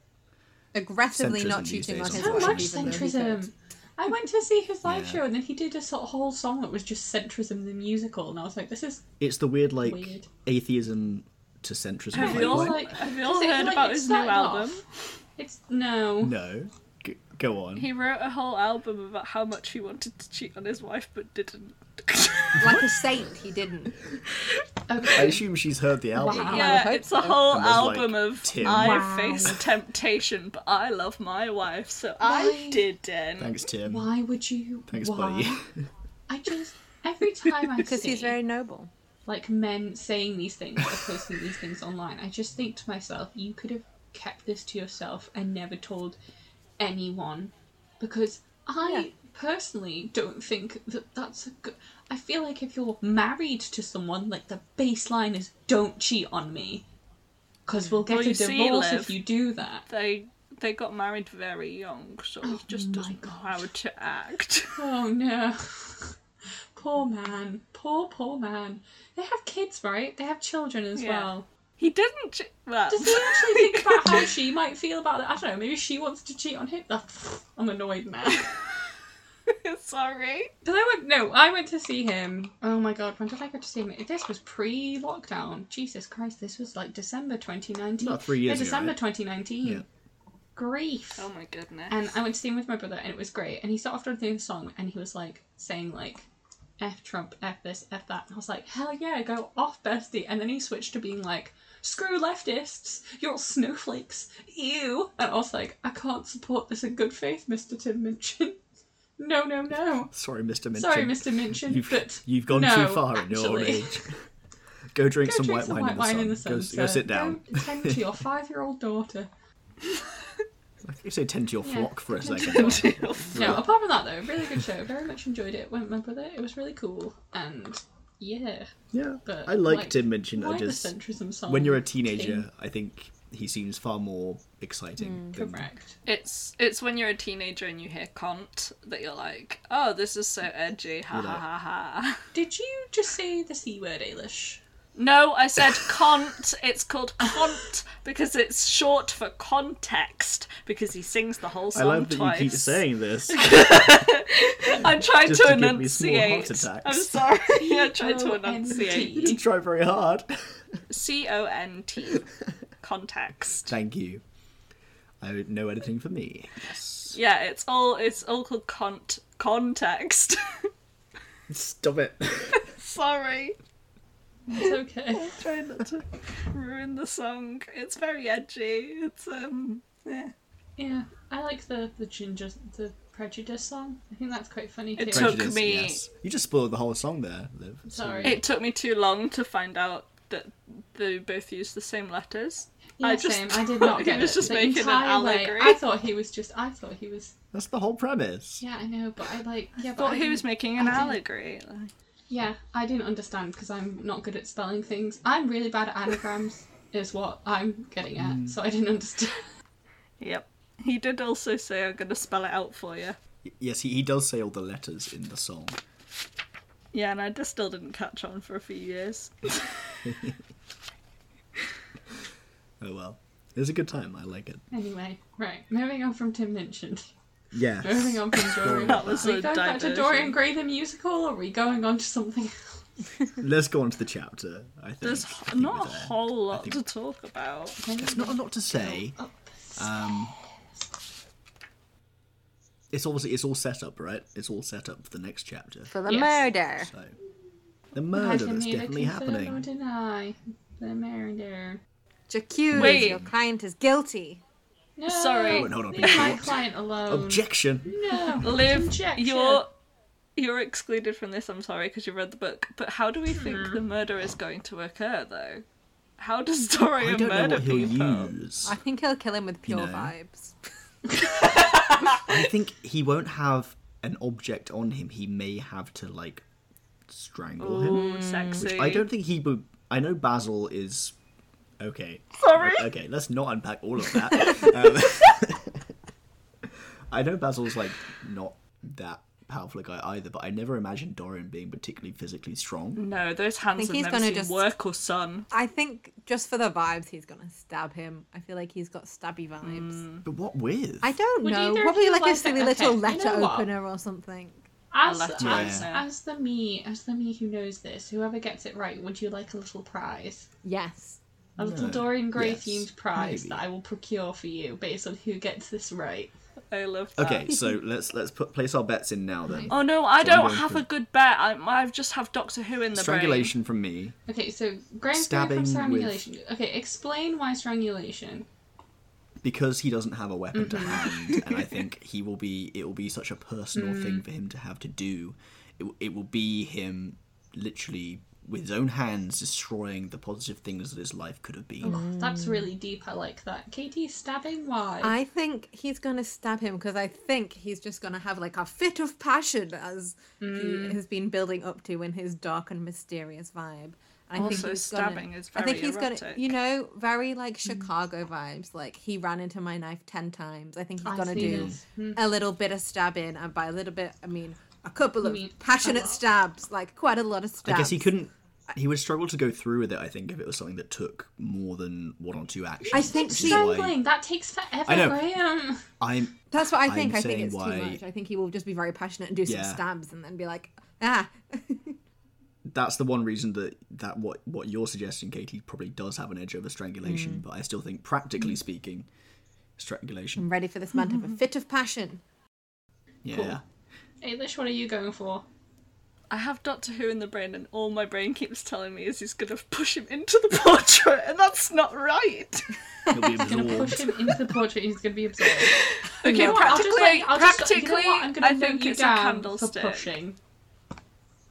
Aggressively not
Centrism these
cheating
days,
on his
So
Right.
much
wife, even though he
centrism.
could.
I went to see his live
Yeah.
show and then he did a sort of whole song that was just centrism the musical, and I was like, this is
It's the weird like
Weird.
atheism to centrism.
Have
like,
you all
why-
like.
Have you all
Is it
heard
like
about
it
his new
started off?
album?
It's no.
No, G- go on.
He wrote a whole album about how much he wanted to cheat on his wife but didn't.
Like a saint, he didn't.
I
Okay.
assume she's heard the album.
Wow. I
yeah,
hope
it's a
so.
whole
And there's, like,
album of
Tim.
I
Wow.
faced temptation, but I love my wife, so
Why?
I didn't.
Thanks, Tim.
Why would you?
Thanks,
why?
buddy.
I just every time I
Because
see
he's very noble.
like men saying these things or posting these things online, I just think to myself, you could have kept this to yourself and never told anyone, because I personally don't think that that's a good. I feel like if you're married to someone, like the baseline is don't cheat on me, because we'll get
Well,
a
you see,
divorce
Liv.
if you do that.
They they got married very young, so he just
my
doesn't know how to act.
Oh no. poor man. Poor, poor man. They have kids, right? They have children as
Yeah.
well.
He didn't. Che- well,
Does he actually think about how she might feel about that? I don't know, maybe she wants to cheat on him. Ah, I'm annoyed now.
Sorry.
Because I went, no, I went to see him. Oh my god, when did I go to see him? This was pre lockdown. Jesus Christ, this was like December 2019.
About three years
no,
ago,
December
right?
2019.
Yeah.
Grief.
Oh my goodness.
And I went to see him with my brother, and it was great. And he started off doing the song, and he was like saying like, "F Trump, F this, F that," and I was like, "Hell yeah, go off, bestie!" And then he switched to being like, "Screw leftists, you're all snowflakes, ew!" And I was like, "I can't support this in good faith, Mister Tim Minchin. no, no, no.
Sorry, Mr. Minchin.
Sorry, Mister Minchin,
You've,
but
you've gone
no,
too far in your old
actually.
age. Go drink
Go
some
drink
white,
some
wine,
white
in the
wine
sun.
in the
Go-
sun.
go, sit down.
Go tend to your five-year-old daughter.
You say tend to your
Yeah.
flock for a
Tend to
second.
your flock. No, apart from that though, really good show. Very much enjoyed it. Went with my brother. It was really cool. And yeah,
Yeah,
But,
I like,
like,
Tim Minchin. I
why the
just
centrism song?
when you're a teenager,
thing?
I think he seems far more exciting.
Hmm.
than-
correct.
It's it's when you're a teenager and you hear Kant that you're like, oh, this is so edgy, ha ha ha ha.
Did you just say the c word, Ailish?
No, I said Kant. It's called Kant because it's short for context because he sings the whole
I
song
love that
twice.
you keep saying this.
I'm trying
just to
to
give me small heart
enunciate. I'm
attacks.
sorry. I'm trying to enunciate.
you didn't
enunciate.
try very hard.
C O N T. Context.
Thank you. I would know anything for me. Yes.
Yeah, it's all it's all called cont context.
Stop it.
sorry.
It's okay.
Trying not to ruin the song. It's very edgy. It's um yeah.
Yeah, I like the the ginger the prejudice song. I think that's quite funny too.
It took
Prejudice,
me-
yes. You just spoiled the whole song there, Liv.
Sorry.
It took me too long to find out that they both use the same letters.
yeah,
I just
same. I did not
he
get
was
it.
just
the
making an
entire way.
allegory.
I thought he was just. I thought he was.
That's the whole premise.
Yeah, I know, but I like. Yeah, but
thought
I
he
didn't-
was making an
I didn't-
allegory. Like,
Yeah, I didn't understand because I'm not good at spelling things. I'm really bad at anagrams, is what I'm getting at.
Mm.
So I didn't understand.
yep. He did also say, "I'm gonna spell it out for you."
Y- Yes, he, he does say all the letters in the song.
Yeah, and I just still didn't catch on for a few years.
Oh well. It was a good time. I like it.
Anyway, right, moving on from Tim Minchin.
Yes.
Moving on from Dorian.
That was
are we
a
going back to
diversion.
Dorian Gray the musical, or are we going on to something else?
Let's go on to the chapter. I think.
There's
I
h-
think
not a
we're there.
whole lot
think-
to talk about.
There's not a lot to say.
Up.
Um, it's obviously it's all set up, right? It's all set up for the next chapter.
For the
Yes.
murder.
So the
I
murder
can
that's
neither
definitely
confirm Or
happening.
deny the murder.
Jacuse,
Wait.
your client is guilty.
No,
Sorry.
Wait, hold on,
leave my
what?
client alone.
Objection.
no,
Liv,
objection.
you're you're excluded from this. I'm sorry because you read the book. But how do we think
Hmm.
the murder is going to occur, though? How does
I
Dorian
don't know
murder
what he'll
people?
use.
I think he'll kill him with pure
know.
vibes.
I think he won't have an object on him. He may have to like strangle him.
Ooh, sexy.
I don't think he. Be- I know Basil is okay.
Sorry.
Okay, let's not unpack all of that. um, I know Basil's like not that powerful a guy either, but I never imagined Dorian being particularly physically strong.
No, those hands
Think
have
he's
never
gonna
seen
just-
work or sun.
I think just for the vibes, he's gonna stab him. I feel like he's got stabby vibes.
Mm.
But what with?
I don't
Would
know.
either of
Probably
you
like a
like
silly
it?
little
Okay, you
letter
know what?
opener or something.
As,
letter
as,
opener.
as the me, as the me who knows this, whoever gets it right, would you like a little prize?
Yes.
A little
No.
Dorian Gray
Yes.
themed prize
Maybe.
that I will procure for you based on who gets this right.
I love that.
Okay, so let's let's put place our bets in now then.
Oh no, I
So I'm
don't
going
have
for-
a good bet. I, I just have Doctor Who in the brain.
Strangulation from me.
Okay, so Graham's
Stabbing
from
with-
strangulation. Okay, explain why strangulation.
because he doesn't have a weapon
Mm-hmm.
to hand, and I think he will be. It will be such a personal
Mm.
thing for him to have to do. It, w- it will be him literally with his own hands destroying the positive things that his life could have been.
Mm-hmm.
That's
Mm.
really deep. I like that. Katie, stabbing why?
I think he's gonna stab him because I think he's just gonna have like a fit of passion as
Mm.
he has been building up to in his dark and mysterious vibe. I
Also,
think he's
stabbing
gonna,
is
I think
very
he's gonna,
erotic.
you know, very like
Mm.
Chicago vibes. Like he ran into my knife ten times. I think he's
I
gonna
see
do
this.
Mm-hmm.
a little bit of stabbing, and by a little bit, I mean a couple of
mean a
passionate
lot.
stabs, like quite a lot of stabs.
I guess he couldn't. He would struggle to go through with it. I think if it was something that took more than one or two actions.
I think
which is why
Strangling. That takes forever,
I know.
Graham.
I'm.
That's what I
I'm
think. I think
saying
it's
why-
too much. I think he will just be very passionate and do
Yeah.
some stabs and then be like, ah.
That's the one reason that that what what you're suggesting, Katie, probably does have an edge over strangulation.
Mm.
But I still think, practically speaking, strangulation.
I'm ready for this man to
Mm-hmm.
have a fit of passion.
Yeah.
Ailish, what are you going for?
I have Doctor Who in the brain, and all my brain keeps telling me is he's gonna push him into the portrait, and that's not right.
He'll be
Gonna
absorbed.
push him into the portrait. He's gonna be absorbed.
Okay,
You know what, I'll just
practically,
let you- I'll just-
practically,
you know what, I'm gonna
I
vote
think
you
it's a
down
candlestick.
For pushing.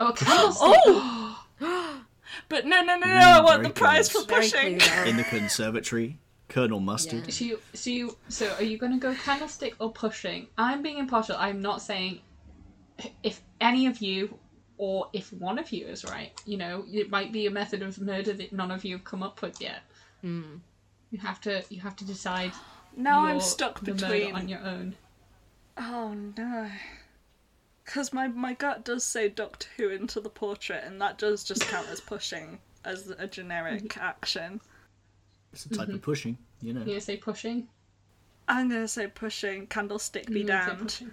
Oh, a candlestick.
Oh! But no, no, no, no! I want
Mm, very
the prize
good.
for
Very
pushing.
clear.
in the conservatory. Colonel Mustard.
Yeah.
So you, so you, so are you gonna go candlestick or pushing? I'm being impartial. I'm not saying if any of you or if one of you is right. You know, it might be a method of murder that none of you have come up with yet. You have to, you have to decide.
Now
your-
I'm stuck
the murder
between.
on your own.
Oh no. Because my, my gut does say Doctor Who into the portrait, and that does just count as pushing as a generic action.
It's a type of pushing, you know.
You gonna say pushing?
I'm gonna say pushing, candlestick be
You gonna say
damned.
Mm, pushing?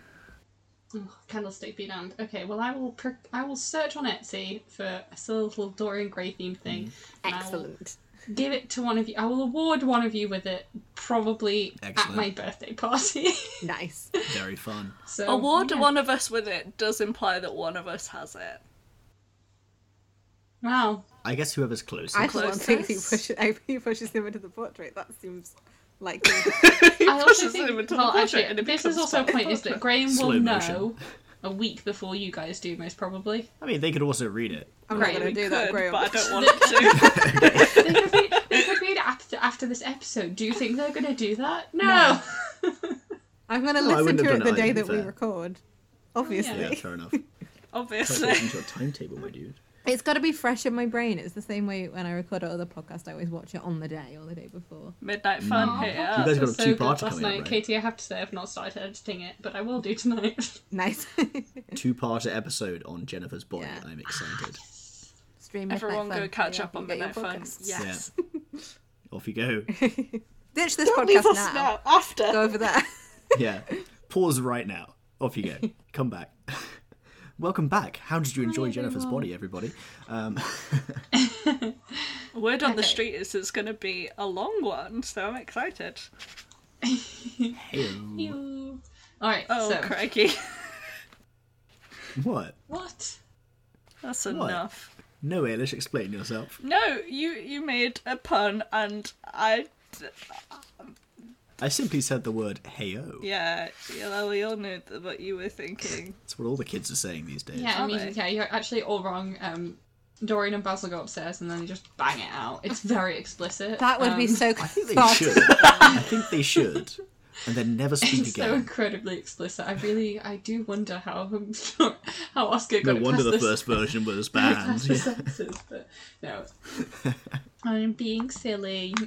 Oh, candlestick be damned. Okay, well I will pr- I will search on Etsy for a silly little Dorian Gray themed thing. and I will
Hmm. Excellent.
give it to one of you. I will award one of you with it, probably at
Excellent.
my birthday party.
Nice.
Very fun.
so
Award
Oh, yeah.
one of us with it does imply that one of us has it.
Wow,
I guess whoever's closest.
I for one think he
closest.
pushes, I think he pushes him into the portrait. That seems likely.
He
I also
pushes
think
him into the
well,
portrait,
actually,
and it
this is
becomes
also a
part of the
point is that
portrait.
Graham
Slow
will
motion.
know a week before you guys do, most probably.
I mean, they could also read it.
I'm
Right,
not
We
going to do that,
could,
Graham.
but I don't
They
want to.
could read, they could read after after this episode. Do you think they're going to do that? No.
I'm going to
I
listen
wouldn't have
to it
done
the
it,
day
to be
that we
fair.
record. Obviously.
Yeah, fair enough. Put it
Obviously.
into a timetable, my dude.
It's got to be fresh in my brain. It's the same way when I record other podcasts, I always watch it on the day or the day before.
Midnight fun here.
You guys got
It was
a
so good
two-parter
last
coming
night,
up, right?
Katie. I have to say, I've not started editing it, but I will do tonight.
Nice.
Two-parter episode on Jennifer's body.
Yeah.
I'm excited.
Stream Midnight
Everyone
Fun.
go catch
Yeah,
up on
get your
Midnight Fun.
podcasts.
Yes.
Off you go.
Ditch this
Don't leave
podcast
us
now.
now. After.
Go over there.
Yeah. Pause right now. Off you go. Come back. Welcome back. How did you enjoy Jennifer's body, everybody? Um,
Word on the
Okay.
street is it's going to be a long one, so I'm excited.
hey,
You. All right.
Oh,
so
crikey.
what?
what?
That's
What?
enough.
No, Ailish, explain yourself.
No, you you made a pun, and I
I simply said the word "heyo."
yeah, yeah well, we all know th- what you were thinking.
That's what all the kids are saying these days.
Yeah, I
Are
mean,
they?
yeah, you're actually all wrong. Um, Dorian and Basil go upstairs and then they just bang it out. It's very explicit.
That would
um,
be so
I think they
thought-
should. I think they should. And then never speak
It's so
again.
incredibly explicit. I really, I do wonder how um, how Oscar got
No
it
wonder the
past this-
first version was
past
banned.
the
Yeah.
sentences, but no. I'm being silly.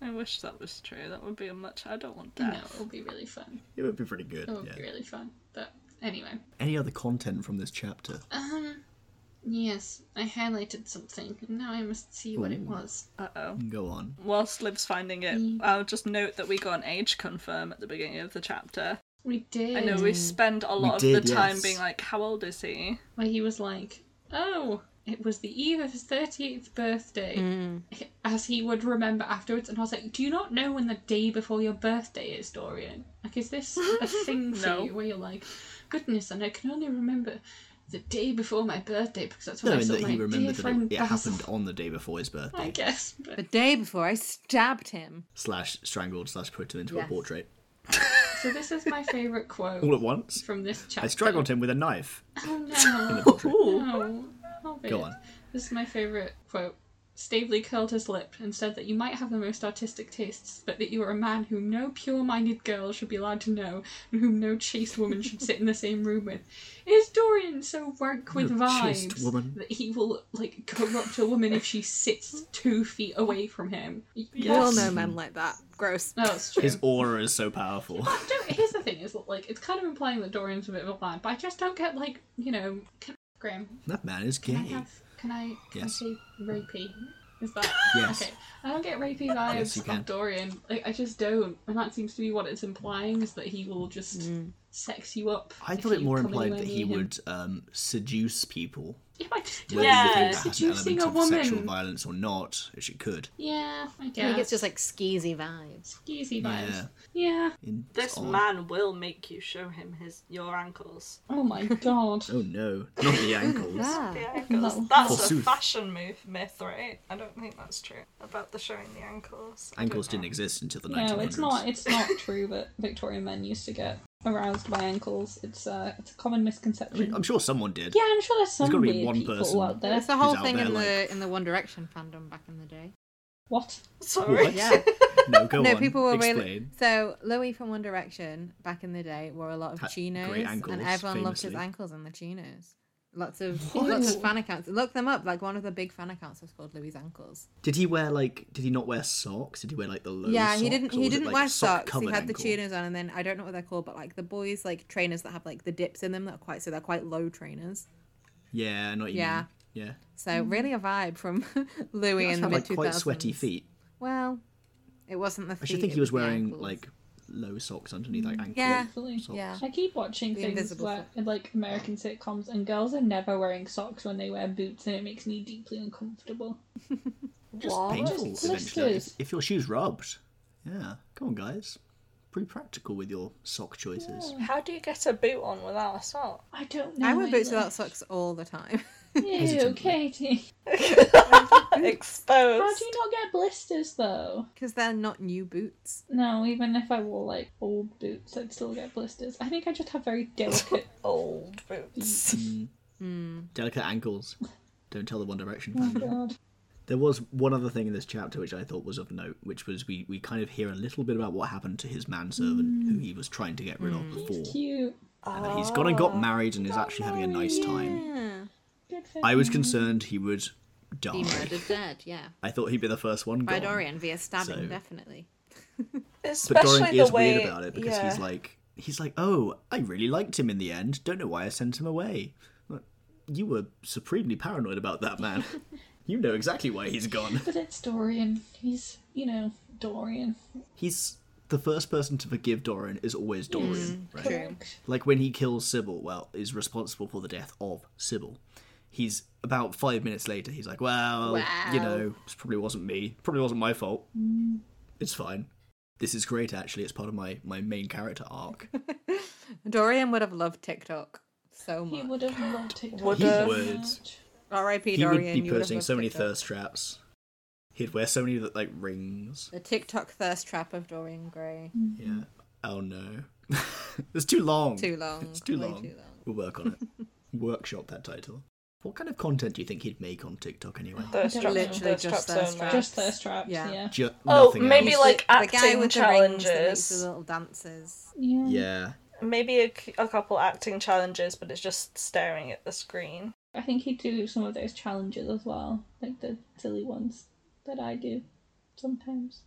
I wish that was true. That would be a much. I don't want
No,
that.
it'll be really fun.
It would be pretty good.
It would
Ah. yeah.
be really fun. But Anyway.
Any other content from this chapter?
Um, yes, I highlighted something. Now I must see what it
Ooh.
was.
Uh oh.
Go on.
Whilst Liv's finding it, I'll just note that we got an age confirm at the beginning of the chapter.
We did.
I know we spend a lot
did,
of the time
yes.
being like, how old is he?
Where he was like, oh, it was the eve of his 38th birthday, as he would remember afterwards. And I was like, do you not know when the day before your birthday is, Dorian? Like, is this a thing for
No.
you where you're like, goodness, and I can only remember the day before my birthday because that's when
No,
I
in
saw
that
my
he
dear
remembered that
friend
it, it
Basil.
happened on the day before his birthday.
I guess, but
The day before I stabbed him.
Slash strangled, slash put him into a
Yes.
portrait.
so this is my favourite quote
All at once?
from this chapter.
I strangled him with a knife.
Oh no.
Ooh.
No, stop it.
Go on.
Oh, This is my favourite quote. Staveley curled his lip and said that you might have the most artistic tastes, but that you are a man whom no pure minded girl should be allowed to know, and whom no chaste woman should sit in the same room with. Is Dorian so rank with
No chaste
vibes
woman.
that he will, like, corrupt a woman if she sits two feet away from him?
We all
Yes.
know men like that. Gross.
No, it's true.
His aura is so powerful.
don't, here's the thing is like it's kind of implying that Dorian's a bit of a lad, but I just don't get like you know can, Graham.
that man is
Can I
gay.
have? Can I? Can
Yes.
I say rapey? Is that
Yes.
okay? I don't get rapey
Yes,
vibes
you
from
can.
Dorian. Like I just don't, and that seems to be what it's implying is that he will just
Mm.
sex you up.
I
if
thought it
you
more
come
implied
anywhere
that he
near him.
would um, seduce people.
Yeah, but I just
Whether
don't
Yeah.
you think
think
that has
seducing
an
a
element of sexual
woman.
violence or not, which it could.
Yeah, I
I
guess.
think it's just like skeezy vibes.
skeezy
Yeah.
vibes. Yeah.
In
This
odd.
man will make you show him his your ankles.
Oh my god.
Oh no, not the ankles.
Yeah.
The ankles.
No.
That's
Forsooth.
a fashion move myth, right? I don't think that's true. About the showing the ankles. I don't
ankles didn't
know.
exist until the 1900s.
No, it's not. It's not true that Victorian men used to get aroused by ankles. It's uh, it's a common misconception.
I'm sure someone did.
yeah, I'm sure there's some
gotta be
weird
one
people
person.
out there.
It's the whole
out
thing
there,
in
like-
the in the One Direction fandom back in the day.
What?
Sorry.
What?
Yeah.
No, go
no,
on.
people were
Explain.
really so Louis from One Direction back in the day wore a lot of
Had great
chinos,
ankles,
and everyone loved his
famously.
ankles and the chinos. Lots of
What?
lots of fan accounts. Look them up. Like one of the big fan accounts was called Louis Ankles.
Did he wear like? Did he not wear socks? Did he wear like the low?
yeah,
socks,
he didn't.
or was
He
it,
didn't
like,
wear socks. He
sock-covered
had the
ankle?
chinos on, and then I don't know what they're called, but like the boys like trainers that have like the dips in them that are quite so they're quite low trainers.
Yeah, not even. Yeah,
Yeah.
yeah.
So really a vibe from
Mm-hmm.
Louis
He must
in the
have,
mid
like
two
quite
thousands.
sweaty feet.
Well, it wasn't the feet.
I should think
it
he was
the
wearing
ankles. Mm.
like low socks underneath, like ankle
Yeah.
Hopefully.
socks.
Yeah.
I keep watching
The
things
invisible
where,
socks.
in like American sitcoms, and girls are never wearing socks when they wear boots, and it makes me deeply uncomfortable.
Just
What?
painful
Just
eventually. If,
blisters.
if your shoes rubbed, yeah. Come on, guys. Pretty practical with your sock choices.
How do you get a boot on without a sock?
I don't know.
I wear boots
either.
without socks all the time.
Ew,
Hesitantly.
Katie. How
Exposed.
do you not get blisters though?
Because they're not new boots.
No, even if I wore like old boots, I'd still get blisters. I think I just have very delicate
Old boots.
Hmm.
Hmm.
Delicate ankles. Don't tell the One Direction
Oh
fan.
god.
There was one other thing in this chapter which I thought was of note, which was we, we kind of hear a little bit about what happened to his manservant who he was trying to get rid of
Hmm. He's
before.
cute.
And that he's gone and got married and is actually having a nice time.
Yeah.
Good for
I
him.
was concerned he would
Be
die.
murdered dead, yeah.
I thought he'd be the first one
By
gone.
Dorian via stabbing,
So-
definitely.
But
Especially
Dorian
the
is
way
weird about it because
yeah.
he's like he's like, Oh, I really liked him in the end. Don't know why I sent him away. Like, You were supremely paranoid about that man. you know exactly why he's gone.
But it's Dorian. He's, you know, Dorian.
He's the first person to forgive Dorian is always
Hmm.
Dorian, right?
Correct.
Like when he kills Sybil, well, is responsible for the death of Sybil. He's about five minutes later, he's like, Well, you
Wow.
know, this probably wasn't me. Probably wasn't my fault.
Hmm.
It's fine. This is great actually, it's part of my, my main character arc.
Dorian would have loved TikTok so
He
much.
would have loved TikTok.
Would
so
have.
Would.
much.
R.I.P.
he
Dorian.
would be
you would have
posting
loved
so many
TikTok.
thirst traps. He'd wear so many like rings.
The TikTok thirst trap of Dorian Gray.
Yeah. Oh no. it's too long.
Too long.
It's too
Way
long.
too long.
We'll work on it. Workshop that title. What kind of content do you think he'd make on TikTok anyway?
Thirst
Literally
traps, thirst
just
traps
thirst
only.
traps.
Just thirst traps, yeah.
Yeah.
Yeah.
Ju-
Oh,
nothing
maybe,
else.
like,
The- the guy
acting
with the rings that makes the
challenges.
little dances.
Yeah.
Maybe a, c- a couple acting challenges, but it's just staring at the screen.
I think he'd do some of those challenges as well, like the silly ones that I do sometimes.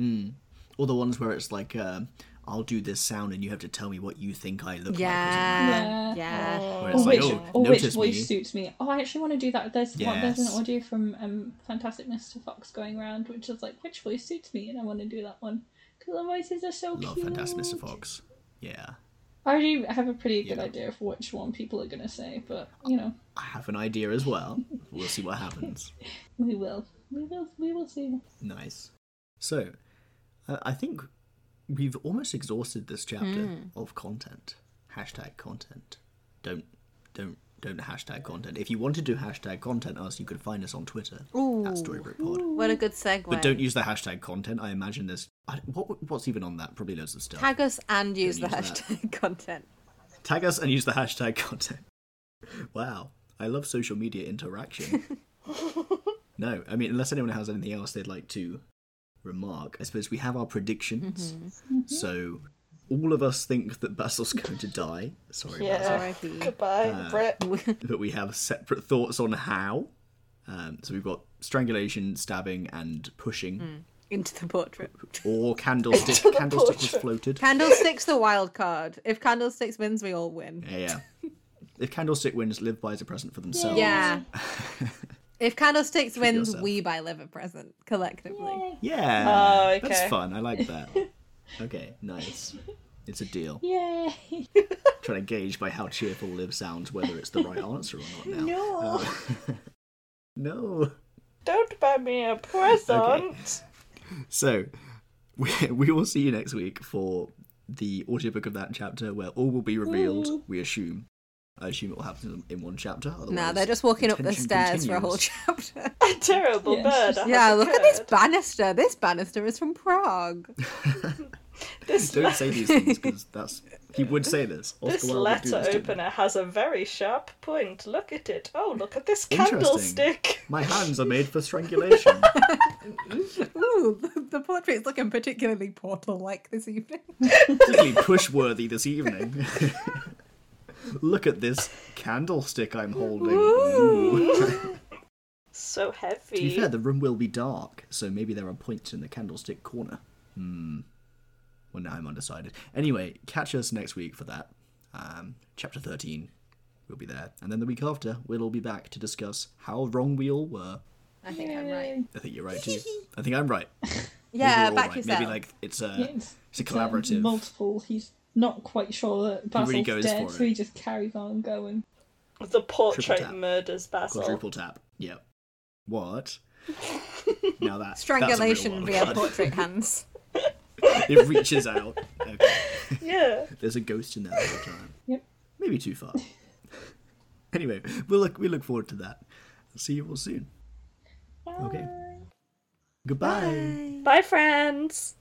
Mm. Or the ones where it's like, um, I'll do this sound and you have to tell me what you think I look like.
Yeah.
Yeah.
Yeah.
Or something. Where it's like,
Or which,
oh,
or which
notice
voice
me.
suits me. Oh, I actually want to do that. There's one, there's
Yes.
an audio from um, Fantastic Mr. Fox going around, which is like, which voice suits me? And I want to do that one. Because the voices are so
Love
cute.
Fantastic Mr. Fox. Yeah.
I already have a pretty good
Yeah.
idea of which one people are going to say, but, you know,
I have an idea as well. We'll see what happens.
we will. We will, we will see.
Nice. So, uh, I think we've almost exhausted this chapter of content. Hashtag content. Don't, don't, don't hashtag content. If you wanted to hashtag content us, you could find us on Twitter at StorybookPod.
What a good segue.
But don't use the hashtag content. I imagine there's I, what, what's even on that. Probably loads of stuff.
Tag us and use the
Don't use that.
hashtag content.
Tag us and use the hashtag content. Wow, I love social media interaction. no, I mean, unless anyone has anything else they'd like to remark, I suppose we have our predictions. So, all of us think that Basil's going to die. Sorry, Uh,
Yeah.
R.I.P.
Goodbye, Brit.
Basil. But we have separate thoughts on how. Um, so, we've got strangulation, stabbing, and pushing.
Into the portrait.
Or candlestick. candlestick was floated.
Candlestick's the wild card. If Candlesticks wins, we all win.
yeah, yeah. If candlestick wins, live buys a present for themselves.
Yeah. if Candlesticks wins,
yourself.
we buy live a present collectively.
Yeah.
Oh,
That's
okay.
fun. I like that. okay, nice. It's a deal.
Yay!
Trying to gauge by how cheerful Liv sounds whether it's the right answer or not now.
No.
Uh, no.
Don't buy me a present.
So, we, we will see you next week for the audiobook of that chapter where all will be revealed, we assume. I assume it will happen in one chapter.
Nah,
otherwise
they're just walking up the
tension
stairs for a whole
continues.
chapter.
A terrible
Yes.
bird. I
yeah,
have
look at this
heard.
banister. This banister is from Prague.
This,
Don't say these things because that's. He would say this. Oscar
This
Wilde would do
letter
this to me.
opener has a very sharp point. Look at it. Oh, look at this
Interesting.
candlestick.
My hands are made for strangulation.
Ooh, the, the portrait's looking particularly portal like this evening.
particularly pushworthy this evening. Look at this candlestick I'm holding. Ooh.
So
to be
heavy.
fair, the room will be dark, so maybe there are points in the candlestick corner. Hmm. Well, now I'm undecided. Anyway, catch us next week for that. Um, chapter 13. We'll be there. And then the week after, we'll all be back to discuss how wrong we all were.
I think I'm right.
I think you're right, too. I think I'm right. Maybe we're
Yeah,
all
back
right.
yourself.
Maybe, like, it's a,
Yeah, it's-
it's a
So
collaborative.
multiple. He's not quite sure that Basil's
really goes
dead,
for
so
it.
he just carries on going.
The
Triple
portrait
tap.
murders Basil.
Quadruple tap. Yep. What? now that that's a real
Strangulation
wild
via
card.
portrait hands.
it reaches out. Okay.
Yeah.
There's a ghost in there the whole time.
Yep.
Maybe too far. anyway, we'll look we look forward to that. See you all soon. Okay. Goodbye.
Bye, friends.